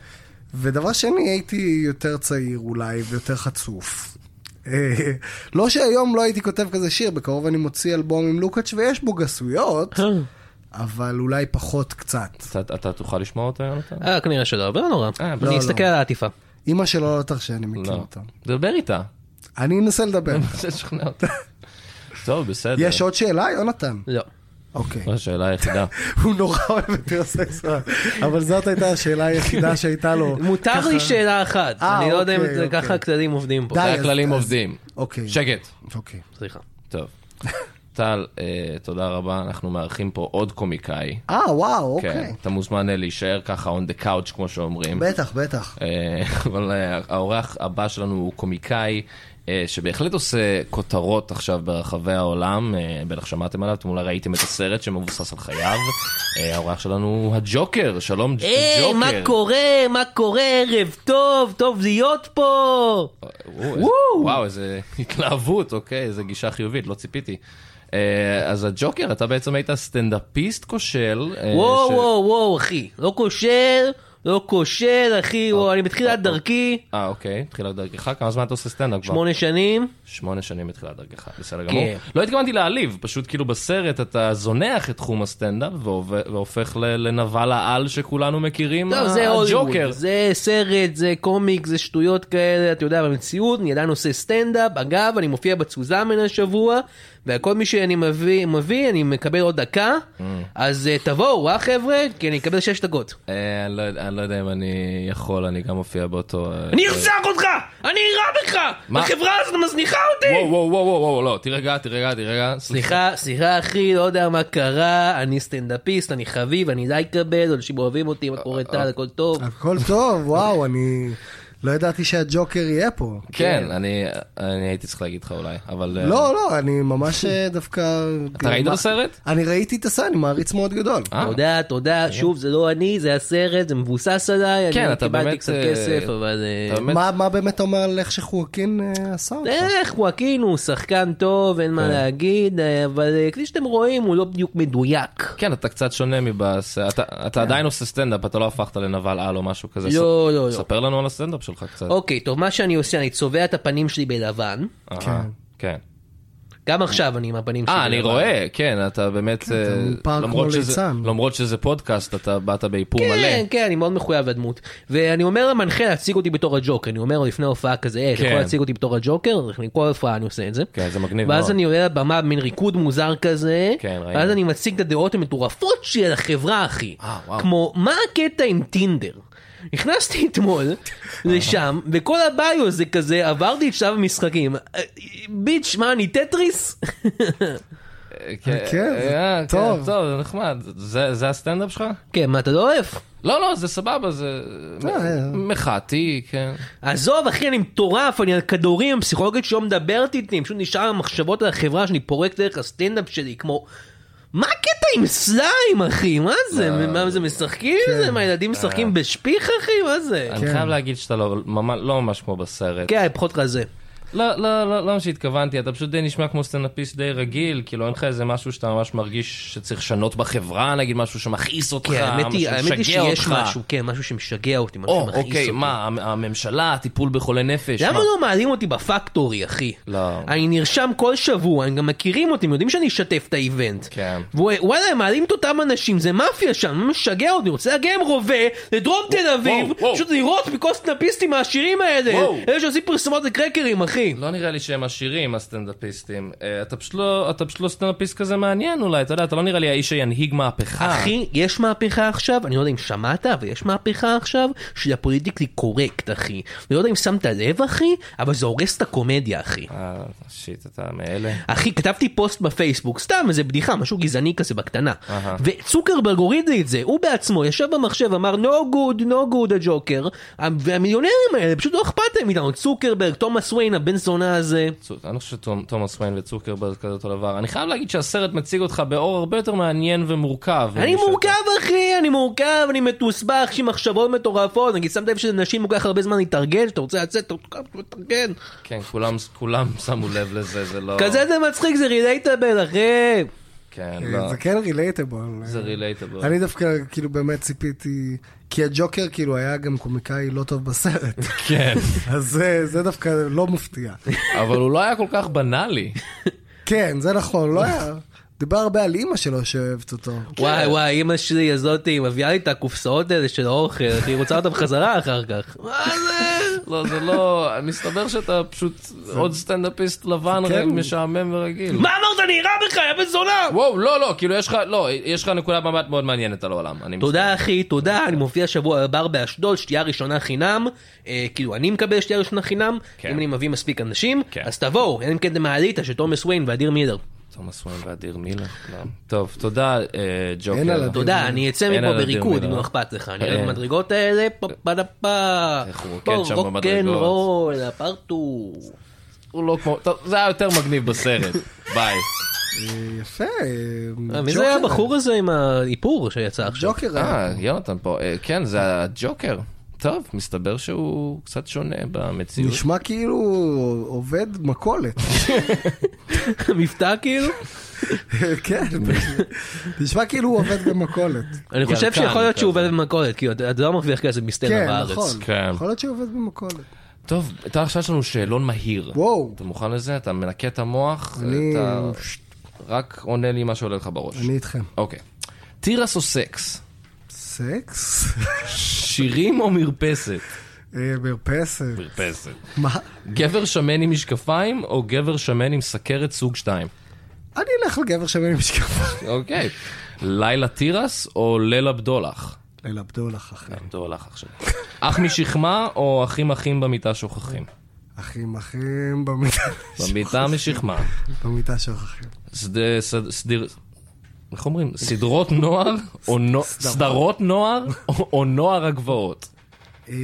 S4: ודבר שני, הייתי יותר צעיר אולי ויותר חצוף. אה, לא שהיום לא הייתי כותב כזה שיר, בקרוב אני מוציא אלבום עם לוקאץ' ויש בו גסויות, אבל אולי פחות קצת.
S2: אתה- אתה תוכל לשמוע אותה, יונתן?
S3: אה, כנראה שלא, אבל לא נורא.
S2: אה, לא,
S3: אני אסתכל
S4: לא.
S3: על העטיפה.
S4: אימא שלו לא תרשה, אני מכיר
S2: לא.
S4: אותה.
S2: דבר איתה.
S4: אני אנסה לדבר.
S2: זה שכנע אותה. טוב, בסדר.
S4: יש עוד שאלה, יונתן?
S3: לא.
S4: אוקיי.
S2: זו השאלה היחידה.
S4: הוא נורא אוהב את הטרוסקסואל, אבל זאת הייתה השאלה היחידה שהייתה לו.
S3: מותר לי שאלה אחת,
S4: אה,
S3: אני לא יודע אם
S4: אוקיי,
S3: זה-
S4: אוקיי.
S3: ככה הכללים עובדים פה.
S4: די.
S2: זה
S4: אז-
S2: הכללים
S4: אז-
S2: עובדים.
S4: אוקיי.
S2: שקט.
S4: אוקיי.
S3: סליחה.
S2: טוב. טל, אה, תודה רבה, אנחנו מארחים פה עוד קומיקאי.
S4: אה, וואו,
S2: כן,
S4: אוקיי.
S2: אתה מוזמן אה, להישאר ככה on the couch, כמו שאומרים.
S4: בטח, בטח.
S2: אה, אבל אה, האורח הבא שלנו הוא קומיקאי אה, שבהחלט עושה כותרות עכשיו ברחבי העולם, אה, בטח שמעתם עליו, אתם אולי ראיתם את הסרט שמבוסס על חייו. אה, האורח שלנו הוא הג'וקר, שלום ג'-
S3: היי,
S2: ג'וקר.
S3: אה, מה קורה? מה קורה? ערב טוב, טוב להיות פה.
S2: וואו, איזה- אה, וואו, איזה התלהבות, אוקיי, איזה גישה חיובית, לא ציפיתי. אה, אז הג'וקר, אתה בעצם היית סטנדאפיסט כושל. אה,
S3: וואו
S2: ש-
S3: וואו וואו אחי, לא כושל, לא כושל אחי, וואו, אני בתחילת דרכי,
S2: אה, אוקיי, תחילת דרכך, כמה זמן אתה עושה סטנדאפ כבר?
S3: שמונה שנים,
S2: שמונה שנים מתחילת דרכך, בסדר גמור.
S3: כן.
S2: לא התכוונתי להעליב, פשוט כאילו בסרט אתה זונח את תחום הסטנדאפ ועוב- והופך ל- לנבל העל שכולנו מכירים,
S3: לא
S2: ה-
S3: זה
S2: הג'וקר.
S3: הוליווד, זה סרט, זה קומיק, זה שטויות כאלה, אתה יודע, במציאות, אני עדיין עושה סטנדאפ, אגב, אני מופיע בצוזמן השבוע, וכל מי שאני מביא, מביא, אני מקבל עוד דקה, אז אה, תבואו, אה חבר'ה, כי אני אקבל שש דקות.
S2: אה, אני לא יודע- אני לא יודע אם אני יכול, אני גם מופיע באותו... אה,
S3: אני ארצח אותך! אני אירה בך!
S2: מה?
S3: החברה הזאת מזניחה אותי!
S2: וואו וואו וואו וואו, וואו, לא, תירגע, תירגע, תירגע.
S3: סליחה, סליחה אחי, לא יודע מה קרה, אני סטנדאפיסט, אני חביב, אני די כבד, אנשים אוהבים אותי, מה קורה טל, הכל
S2: כן.
S3: טוב.
S4: הכל טוב, וואו, אני לא ידעתי שהג'וקר יהיה פה.
S2: כן, אני אני הייתי צריך להגיד לך אולי, אבל... אה,
S4: לא, לא, אני ממש אה, דווקא... כאילו,
S2: אתה ראית את הסרט?
S4: אני ראיתי את הסרט, אני מעריץ מאוד גדול.
S2: אה,
S3: תודה, תודה, שוב, זה לא אני, זה הסרט, זה מבוסס עליי,
S2: כן,
S3: אני
S2: אתה
S3: קיבלתי
S2: באמת,
S3: קצת
S2: אה,
S3: כסף, אבל... אה,
S2: אתה באמת- נכון.
S4: מה מה באמת אתה אומר על איך שחואקין אה, עשה אותך?
S3: איך וואקין הוא שחקן טוב, אין
S2: כן.
S3: מה להגיד, אה, אבל אה, כפי שאתם רואים, הוא לא בדיוק מדויק.
S2: כן, אתה קצת שונה מבס... אתה אתה עדיין עושה סטנדאפ, אתה לא הפכת לנבל על או משהו כזה.
S3: כן. לא,
S2: ס-
S3: לא, לא.
S2: ספר לנו על הסטנדאפ שלך קצת.
S3: אוקיי, טוב, מה שאני עושה, אני צובע את הפנים שלי בלבן,
S2: אה, כן.
S3: גם עכשיו אני עם הפנים שלי.
S2: אה, אני
S3: למעלה.
S2: רואה, כן, אתה באמת, אה,
S4: אתה מופר
S2: למרות
S4: כמו
S2: שזה-
S4: ליצן. אה,
S2: למרות שזה פודקאסט, אתה באת באיפור
S3: כן,
S2: מלא.
S3: כן, אני מאוד מחויב לדמות. ואני אומר למנחה להציג אותי בתור הג'וקר, אני אומר לו לפני הופעה כזה, היי, אתה
S2: כן.
S3: יכול להציג אותי בתור הג'וקר? כל הופעה אני עושה את זה.
S2: כן, זה מגניב מאוד.
S3: ואז אני עולה לבמה במין ריקוד מוזר כזה,
S2: כן, ראינו.
S3: ואז אני מציג את הדעות המטורפות של החברה, אחי.
S2: אה, וואו.
S3: כמו, מה הקטע עם טינדר? נכנסתי אתמול לשם, וכל הביו זה כזה, עברתי את שלב המשחקים. אה, ביץ', מה אני טטריס?
S2: אה, כן,
S4: כן,
S2: אה, כן,
S4: טוב.
S2: טוב, זה נחמד. זה זה הסטנדאפ שלך?
S3: כן, מה, אתה לא אוהב?
S2: לא, לא, זה סבבה, זה
S4: טוב, אה.
S2: מחאתי, כן.
S3: עזוב, אחי, אני מטורף, אני על כדורים, פסיכולוגית שלא מדברת איתי, אני פשוט נשאר עם המחשבות על החברה שאני פורק דרך הסטנדאפ שלי, כמו... מה הקטע עם סליים, אחי? מה
S2: אה,
S3: זה? מה זה, משחקים עם זה? מה, ילדים משחקים בשפיך, אחי? מה זה?
S2: כן.
S4: כן.
S2: אני חייב להגיד שאתה לא ממש- לא ממש כמו בסרט.
S3: כן, פחות רזה.
S2: לא, לא, לא, לא מה שהתכוונתי, אתה פשוט די נשמע כמו סטנדאפיסט די רגיל, כאילו אין לך איזה משהו שאתה ממש מרגיש שצריך לשנות בחברה, נגיד משהו שמכעיס אותך,
S3: כן, האמת
S2: משהו
S3: היא, האמת
S2: שמשגע
S3: היא שיש
S2: אה, אותך.
S3: משהו, כן, משהו שמשגע אותי, משהו
S2: או,
S3: שמכעיס אותי.
S2: אוקיי, מה, המ- הממשלה, הטיפול בחולי נפש,
S3: למה
S2: מה?
S3: לא מעלים אותי בפקטורי, אחי?
S2: לא.
S3: אני נרשם כל שבוע, הם גם מכירים אותי, הם יודעים שאני אשתף את האיבנט.
S2: כן.
S3: ווואלה, הם מעלים את אותם אנשים, זה מאפיה שם, הם משגע אותי, אני רוצה להגיע עם רובה לדרום תל אביב,
S2: וואו, וואו.
S3: פשוט לראות מכל הסטנאפיסטים העשירים האלה,
S2: וואו.
S3: אלה שעושים פרסומות לקרקרים, אחי.
S2: לא נראה לי שהם עשירים, הסטנדאפיסטים. אה, אתה פשוט לא, אתה פשוט לא סטנדאפיסט כזה מעניין אולי, אתה יודע, אתה לא נראה לי האיש שינהיג מהפכה.
S3: אחי, יש מהפכה עכשיו, אני לא יודע אם שמעת, אבל יש מהפכה עכשיו של הפוליטיקלי קורקט, אחי. אני לא יודע אם שמת לב, אחי, אבל זה הורס את הקומדיה, אחי.
S2: אה, שיט, אתה מאלה.
S3: אחי, כתבתי פוסט בפייסבוק, סתם איזה בדיחה, משהו גזעני כזה בקטנה. וצוקרברג הוריד לי את זה, הוא בעצמו ישב במחשב, אמר no good, no good הג'וקר. והמיליונרים האלה, פשוט לא אכפת להם מאיתנו, צוקרברג, תומאס וויין, הבן זונה הזה.
S2: צוק- אני לא חושב שתומאס ויין וצוקרברג כזה אותו דבר. אני חייב להגיד שהסרט מציג אותך באור הרבה יותר מעניין ומורכב.
S3: אני
S2: ממי שאתה-
S3: מורכב אחי, אני מורכב, אני מתוסבך, יש לי מחשבות מטורפות, נגיד שמת לב שלנשים לוקח הרבה זמן להתארגן, שאתה רוצה לצאת, אתה לוקח- להתארגן.
S2: כן, כולם, כולם שמו לב לזה, זה לא...
S3: כזה זה מצחיק, זה רילייטבל אחי.
S2: כן,
S4: אה,
S2: לא.
S4: זה כן רילייטבול.
S2: זה רילייטבל.
S4: אני דווקא כאילו באמת ציפיתי, כי הג'וקר כאילו היה גם קומיקאי לא טוב בסרט,
S2: כן.
S4: אז זה- זה דווקא לא מפתיע.
S2: אבל הוא לא היה כל כך בנאלי.
S4: כן, זה נכון, לא היה. דיבר הרבה על אימא שלו שאוהבת אותו.
S2: כן.
S3: וואי וואי, אימא שלי הזאת, היא מביאה לי את הקופסאות האלה של האוכל, היא רוצה אותה בחזרה אחר כך. מה זה?
S2: לא, זה לא... מסתבר שאתה פשוט עוד סטנדאפיסט לבן,
S4: כן.
S2: רק משעמם ורגיל.
S3: מה אמרת? אני אירה בך, יא בן זונה!
S2: וואו, לא, לא, כאילו יש לך, לא, יש לך נקודת מבט מאוד מעניינת על העולם. אני
S3: תודה אחי, תודה, אני מופיע שבוע בבר באשדוד, שתייה ראשונה חינם, אה, כאילו אני מקבל שתייה ראשונה חינם,
S2: כן.
S3: אם אני מביא מספיק אנשים,
S2: כן.
S3: אז תבואו, אלא אם כן אתם מהאליטה של תומאס וויין ואדיר מילר.
S2: תומאס ווין ואדיר מילר. לא. טוב, תודה, אה, ג'וקר.
S4: אין על אדיר
S3: תודה, אני אצא
S2: אין
S3: מפה
S2: על אדיר
S3: בריקוד,
S2: מילר.
S3: אם לא אכפת לך, אני אוהב
S2: אין. אה,
S3: במדרגות האלה, פה פה פה פה,
S2: איך הוא רוקד שם
S3: פה
S2: במדרגות.
S3: רול, הפרטו.
S2: הוא לא כמו, טוב, זה היה יותר מגניב בסרט. ביי.
S4: אה, יפה. אה,
S3: מי זה היה
S4: ג'וקר.
S3: הבחור הזה עם האיפור שיצא עכשיו?
S4: ג'וקר היה.
S2: אה, יונתן פה. אה, כן, זה הג'וקר. טוב, מסתבר שהוא קצת שונה במציאות.
S4: נשמע כאילו עובד מכולת.
S3: מבטא כאילו?
S4: כן, נשמע כאילו הוא עובד במכולת.
S3: אני חושב
S2: ירקן
S3: שיכול להיות שהוא
S2: כזה.
S3: עובד במכולת, כי אתה אתה לא מרוויח כסף מסטנדאפ
S4: כן,
S3: בארץ.
S4: נכון.
S2: כן.
S4: יכול להיות שהוא עובד במכולת.
S2: טוב, טל, עכשיו יש לנו שאלון מהיר.
S4: וואו.
S2: אתה מוכן לזה? אתה מנקה את המוח?
S4: אני-
S2: אתה רק עונה לי מה שעולה לך בראש.
S4: אני איתכם.
S2: אוקיי. תירס או סקס?
S4: סקס?
S2: שירים או מרפסת?
S4: אה, מרפסת.
S2: מרפסת.
S4: מה?
S2: גבר שמן עם משקפיים או גבר שמן עם סכרת סוג 2?
S4: אני אלך לגבר שמן עם משקפיים.
S2: אוקיי. לילה תירס או ליל הבדולח?
S4: ליל הבדולח, אחי.
S2: הבדולח עכשיו. אח משכמה או אחים אחים במיטה שוכחים?
S4: אחים אחים במיטה
S2: במיטה משכמה.
S4: במיטה שוכחים.
S2: שדה- סד- סדיר... איך אומרים? סדרות נוער? או נו- סדרות נוער? או או נוער הגבעות?
S4: אה,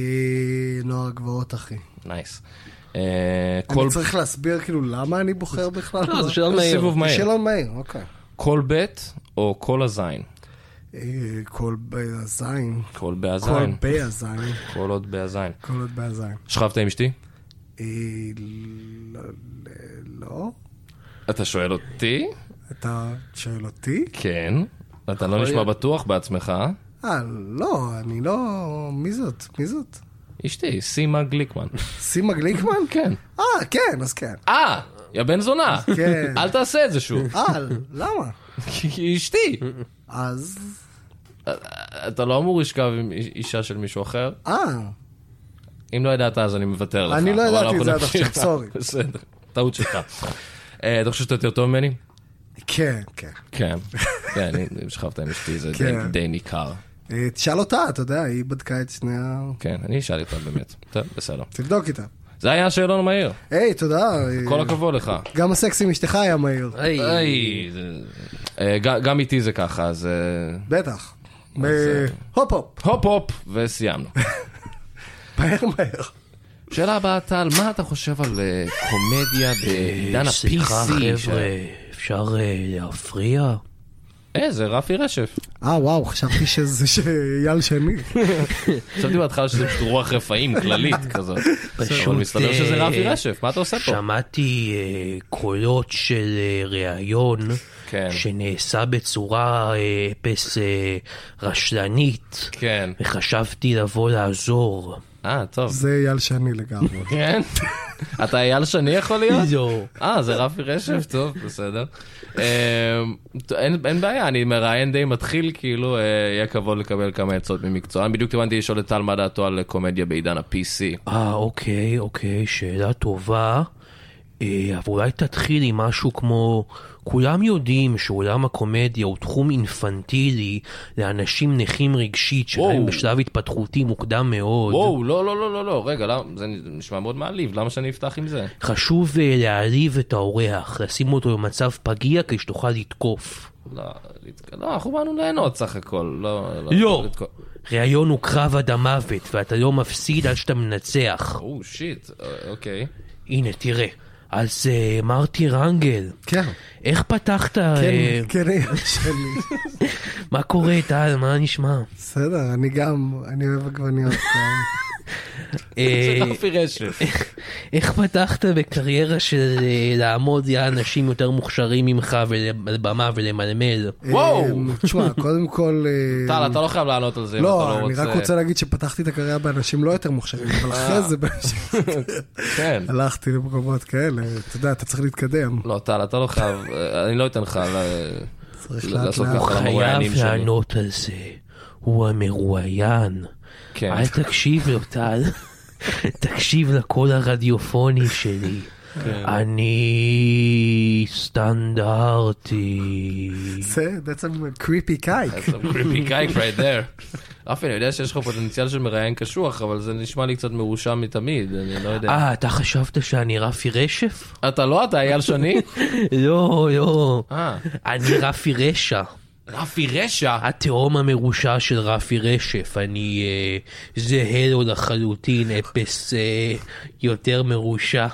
S4: נוער גבעות, אחי.
S2: נייס. אה, כל-
S4: אני צריך להסביר כאילו למה אני בוחר בכלל?
S3: לא, זה שאלון מהיר.
S2: סיבוב
S4: זה
S2: מהיר.
S4: שאלון מהיר, אוקיי.
S2: כל בית או כל הזין?
S4: אה, כל בהזין.
S2: כל
S4: כל
S2: בהזין.
S4: בהזין.
S2: כל עוד בהזין.
S4: כל עוד בהזין.
S2: שכבת עם אשתי?
S4: אה, לא- לא?
S2: אתה שואל אותי?
S4: אתה שואל אותי?
S2: כן. אתה לא נשמע בטוח בעצמך.
S4: אה, לא, אני לא... מי זאת? מי זאת?
S2: אשתי, סימה גליקמן.
S4: סימה גליקמן?
S2: כן.
S4: אה, כן, אז כן.
S2: אה! יא בן זונה,
S4: כן.
S2: אל תעשה את זה שוב.
S4: אה, למה?
S2: כי- כי היא אשתי.
S4: אז...
S2: אתה לא אמור לשכב עם איש- אישה של מישהו אחר.
S4: אה,
S2: אם לא ידעת, אז אני מוותר לך.
S4: אני לא
S2: אבל
S4: ידעתי
S2: אנחנו
S4: את זה עד
S2: נמשיך.
S4: עכשיו, סורי.
S2: בסדר, טעות שלך. אה, אתה חושב שאתה יותר טוב ממני?
S4: כן, כן.
S2: כן. כן, אני- אם שכבת עם אשתי זה די-
S4: כן.
S2: די ניכר.
S4: אה, תשאל אותה, אתה יודע, היא בדקה את שני ה...
S2: כן, אני אשאל אותה באמת. טוב, בסדר.
S4: תבדוק איתה.
S2: זה היה השאלון המהיר,
S4: היי, תודה. אה,
S2: כל הכבוד לך.
S4: גם הסקס עם אשתך היה מהיר.
S3: היי.
S2: היי, זה- אה, ג- גם איתי זה ככה, אז אה,
S4: בטח.
S2: אז, אה,
S4: הופ הופ,
S2: הופ הופ, וסיימנו.
S4: מהר מהר.
S2: שאלה הבאה, טל, מה אתה חושב על אה, קומדיה בעידן
S3: אה, סליחה
S2: ה-PC? ש-
S3: חבר'ה, אפשר אה, להפריע?
S2: אה, זה רפי רשף.
S4: אה, וואו, חשבתי שזה שאייל שני.
S2: חשבתי בהתחלה שזה פשוט רוח רפאים כללית כזאת.
S3: פשוט,
S2: אבל מסתבר שזה
S3: אה,
S2: רפי רשף, מה אתה עושה פה?
S3: שמעתי אה, קולות של אה, ראיון
S2: כן.
S3: שנעשה בצורה אה, אפס אה, רשלנית,
S2: כן.
S3: וחשבתי לבוא לעזור.
S2: אה, טוב.
S4: זה אייל שני לגמרי.
S2: כן? אתה אייל שני יכול להיות?
S3: לא.
S2: אה, זה רפי רשף? טוב, בסדר. אמ, ט- אין אין בעיה, אני מראיין די מתחיל, כאילו, אה, יהיה כבוד לקבל כמה עצות ממקצוען. בדיוק התכוונתי לשאול את טל מה דעתו על קומדיה בעידן ה-PC.
S3: אה, אוקיי, אוקיי, שאלה טובה. אה, אבל אולי תתחיל עם משהו כמו, כולם יודעים שעולם הקומדיה הוא תחום אינפנטילי לאנשים נכים רגשית
S2: וואו.
S3: שלהם בשלב התפתחותי מוקדם מאוד.
S2: וואו, לא, לא, לא, לא, לא, רגע, למה- זה נשמע מאוד מעליב, למה שאני אפתח עם זה?
S3: חשוב אה, להעליב את האורח, לשים אותו במצב פגיע כדי שתוכל לתקוף.
S2: לא, להתק- לא, אנחנו באנו ליהנות סך הכל, לא...
S3: לא.
S2: להתק-
S3: ראיון הוא קרב עד המוות, ואתה לא מפסיד עד שאתה מנצח.
S2: או, שיט, אה, אוקיי.
S3: הנה, תראה. אז אה, מרטי רנגל,
S4: כן.
S3: איך פתחת? אה,
S4: כן, כן, אייל שני.
S3: מה קורה, טל? מה נשמע?
S4: בסדר, אני גם, אני אוהב עגבניות. גם.
S2: זה לא
S3: אה,
S2: רפי רשף.
S3: איך פתחת בקריירה של אה, לעמוד ליד אנשים יותר מוכשרים ממך ול- על במה ולמלמל?
S2: וואו.
S4: אה, תשמע, קודם כל... אה,
S2: טל, אתה לא חייב לענות על זה אם אתה לא רוצה. אה.
S4: לא, אני רק רוצה להגיד שפתחתי את הקריירה באנשים לא יותר מוכשרים, אבל אחרי זה בהמשך
S2: כן.
S4: הלכתי למקומות כאלה, אתה יודע, אתה צריך להתקדם.
S2: לא, טל, אתה לא חייב, אה, אני לא אתן לך ל-
S4: צריך לאט
S2: לעשות
S4: לאט.
S2: ככה למרואיינים
S3: חייב
S2: שלי.
S3: לענות על זה. הוא המרואיין.
S2: כן.
S3: אל תקשיב לו, טל. תקשיב לקול הרדיופוני שלי.
S2: כן.
S3: אני סטנדרטי.
S4: זה בעצם קריפי קייק.
S2: קריפי קייק right there. רפי, אני יודע שיש לך פוטנציאל של מראיין קשוח, אבל זה נשמע לי קצת מרושע מתמיד, אני לא יודע.
S3: אה, אתה חשבת שאני רפי רשף?
S2: אתה לא, אתה אייל שני?
S3: לא, לא.
S2: אה,
S3: אני רפי רשע.
S2: רפי רשע.
S3: התהום המרושע של רפי רשף, אני אה, זהה לו לחלוטין, אפס אה, יותר מרושע.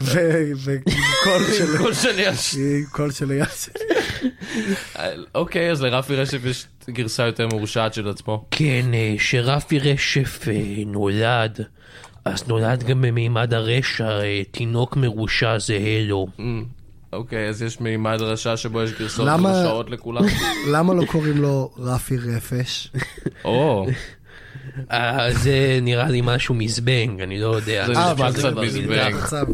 S4: וקול של...
S2: כל שני הש...
S4: קול של אייל שני.
S2: אוקיי, אז לרפי רשף יש גרסה יותר מרושעת של עצמו.
S3: כן, אה, שרפי רשף אה, נולד, אז נולד גם במימד הרשע, אה, תינוק מרושע זהה לו.
S2: Mm. אוקיי, אז יש מימד רשע שבו יש גרסאות
S4: למה-
S2: מרושעות לכולם.
S4: למה לא קוראים לו רפי רפש?
S2: או,
S3: אה, זה נראה לי משהו מזבנג, אני לא יודע.
S2: זה
S3: אני
S2: נשמע
S3: חושב שזה
S2: קצת
S3: כבר
S2: מזבנג.
S3: נלקח.
S4: עכשיו,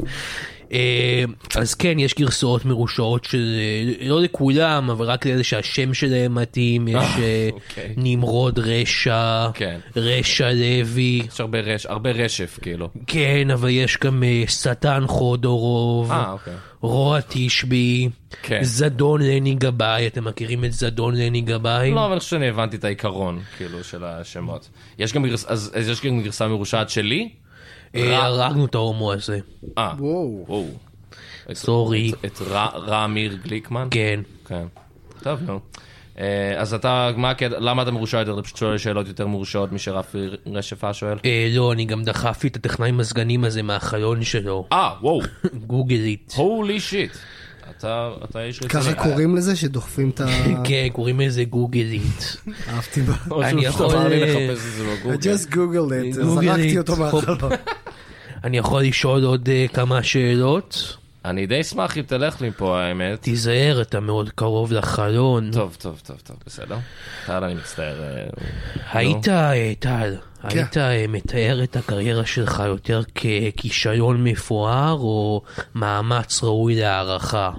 S3: אה, אז כן, יש גרסאות מרושעות של, אה, לא לכולם, אבל רק לאלה שהשם שלהם מתאים, יש
S2: אה,
S3: אה,
S2: אוקיי.
S3: נמרוד רשע,
S2: כן.
S3: רשע לוי,
S2: יש הרבה רש- הרבה רשף, כאילו.
S3: כן, אבל יש גם אה, שטן חודורוב,
S2: אה, אוקיי.
S3: רוע תשבי,
S2: כן.
S3: זדון לני גבאי, אתם מכירים את זדון לני גבאי?
S2: לא, אבל אני חושב שאני הבנתי את העיקרון, כאילו, של השמות. יש גם גרסה, אז אז יש גם גרסה מרושעת שלי?
S3: אה,
S2: רע.
S3: הרגנו את ההומו הזה,
S2: אה,
S4: וואו.
S2: וואו. את-
S3: סורי.
S2: את- את רע- רע אמיר גליקמן?
S3: כן.
S2: כן. טוב, נו. אה, אז אתה, מה הקטע, למה אתה מרושע יותר? אתה פשוט שואל שאלות יותר מרושעות משרפי רשפה שואל?
S3: אה, לא, אני גם דחפתי את הטכנאי מזגנים הזה מהחלון שלו,
S2: אה, וואו,
S3: גוגלית.
S2: holy shit. אתה, אתה איש רציני. אה,
S4: ככה קוראים לזה שדוחפים את ה...
S3: כן, קוראים לזה גוגלית.
S4: אהבתי בה.
S2: או
S3: אני
S2: שהוא
S3: יכול- אה,
S2: אמר לי לחפש את זה
S4: I
S2: בגוגל.
S4: just googled it,
S3: Google
S4: זרקתי
S3: it.
S4: אותו מהחלום.
S3: אני יכול לשאול עוד אה, כמה שאלות?
S2: אני די אשמח אם תלך לי פה, האמת.
S3: תיזהר, אתה מאוד קרוב לחלון.
S2: טוב, טוב, טוב, טוב, בסדר. טל, אני מצטער. אה,
S3: היית,
S2: נו.
S3: אה, טל, היית אה, מתאר את הקריירה שלך יותר ככישלון מפואר או מאמץ ראוי להערכה?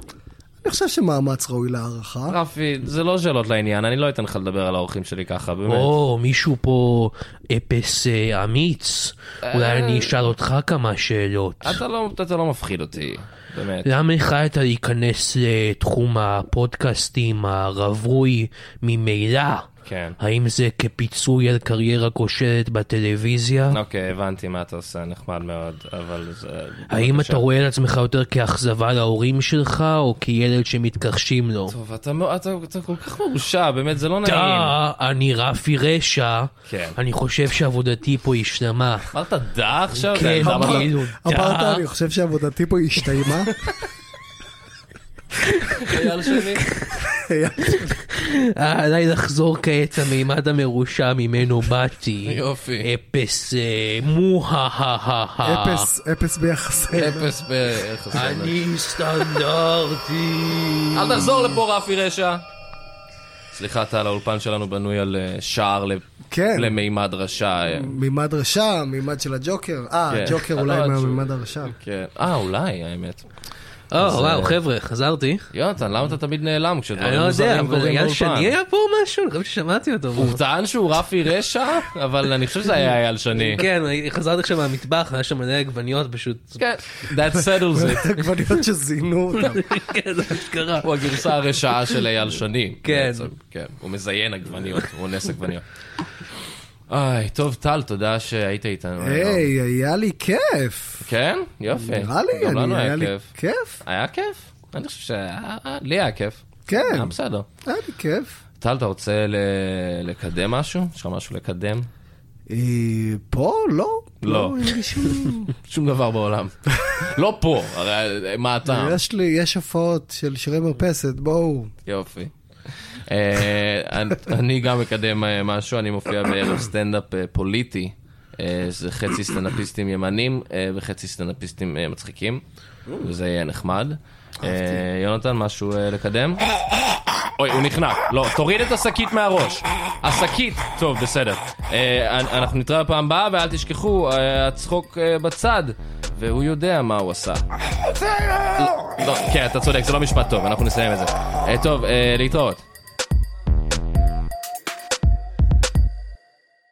S4: אני חושב שמאמץ ראוי להערכה.
S2: רפי, זה לא שאלות לעניין, אני לא אתן לך לדבר על האורחים שלי ככה, באמת.
S3: או, מישהו פה אפס אה, אמיץ, אולי אני אשאל אותך כמה שאלות.
S2: אתה לא, אתה לא מפחיד אותי, באמת.
S3: למה החלטת להיכנס לתחום הפודקאסטים הרווי ממילא?
S2: כן.
S3: האם זה כפיצוי על קריירה כושלת בטלוויזיה?
S2: אוקיי, הבנתי מה אתה עושה, נחמד מאוד, אבל זה...
S3: האם
S2: בבקשה.
S3: אתה רואה על עצמך יותר כאכזבה להורים שלך, או כילד שמתכחשים לו?
S2: טוב, אתה, מא- אתה, אתה כל כך מרושע, באמת, זה לא נעים.
S3: טה, אני רפי רשע,
S2: כן.
S3: אני חושב שעבודתי פה השתמה.
S2: אמרת דע עכשיו?
S3: כן,
S2: אתה-
S4: אמר-
S3: כאילו,
S4: אמרת,
S3: דה.
S4: אני חושב שעבודתי פה הסתיימה.
S2: אייל שני?
S3: עליי לחזור כעת למימד המרושע ממנו באתי.
S2: יופי.
S3: אפס אה,
S2: אה.
S3: מוההההה.
S4: אפס, אפס ביחסי.
S2: אפס בערך.
S3: אני סטנדרטי.
S2: אל תחזור לפה, רפי רשע. סליחה, טל, האולפן שלנו בנוי על אה, שער ל-
S4: כן.
S2: למימד רשע. אה,
S4: מימד רשע, מימד של הג'וקר. אה,
S2: כן.
S4: הג'וקר
S2: לא,
S4: אולי
S2: הג'וקר.
S4: מהמימד הרשע.
S2: כן. אה, אולי, האמת.
S3: או, וואו, חבר'ה, חזרתי.
S2: יונתן, למה אתה תמיד נעלם
S3: אני
S2: כשדברים
S3: לא יודע,
S2: מוזרים
S3: אבל
S2: קורים
S3: אייל שני
S2: באולפן?
S3: היה פה משהו? אני חושב ששמעתי אותו.
S2: הוא טען שהוא רפי רשע, אבל אני חושב שזה היה אייל שני.
S3: כן, אני- חזרתי עכשיו מהמטבח, היה שם מלא עגבניות פשוט.
S2: כן. That settles it.
S4: עגבניות שזינו אותם.
S3: כן, זה מה שקרה.
S2: הוא הגרסה הרשעה של אייל שני.
S3: כן.
S2: בעצם, כן. הוא מזיין עגבניות, הוא אונס עגבניות. איי, טוב, טל, תודה שהיית איתנו היום.
S4: היי, היה לי כיף.
S2: כן? יופי.
S4: נראה לי,
S2: גם
S4: אני-
S2: לנו
S4: היה
S2: היה
S4: לי
S2: כיף.
S4: כיף.
S2: היה כיף? אני חושב שהיה... לי היה כיף.
S4: כן.
S2: היה בסדר.
S4: היה לי כיף.
S2: טל, אתה רוצה ל- לקדם משהו? יש לך משהו לקדם?
S4: אה, פה? לא.
S2: לא.
S4: אין לי שום-
S2: שום דבר בעולם. לא פה, הרי מה אתה?
S4: יש לי, יש הופעות של שירי מרפסת, בואו.
S2: יופי. אה, אני- אני גם מקדם אה, משהו, אני מופיע בערב סטנדאפ אה, פוליטי. אה, זה חצי סטנדאפיסטים ימנים אה, וחצי סטנדאפיסטים אה, מצחיקים, וזה יהיה נחמד. אה, יונתן, משהו אה, לקדם? אוי, הוא נחנק. לא, תוריד את השקית מהראש. השקית. טוב, בסדר. אה, אנ- אנחנו נתראה בפעם הבאה, ואל תשכחו, אה, הצחוק אה, בצד, והוא יודע מה הוא עשה. לא, כן, אתה צודק, זה לא משפט טוב, אנחנו נסיים את זה. אה, טוב, אה, להתראות.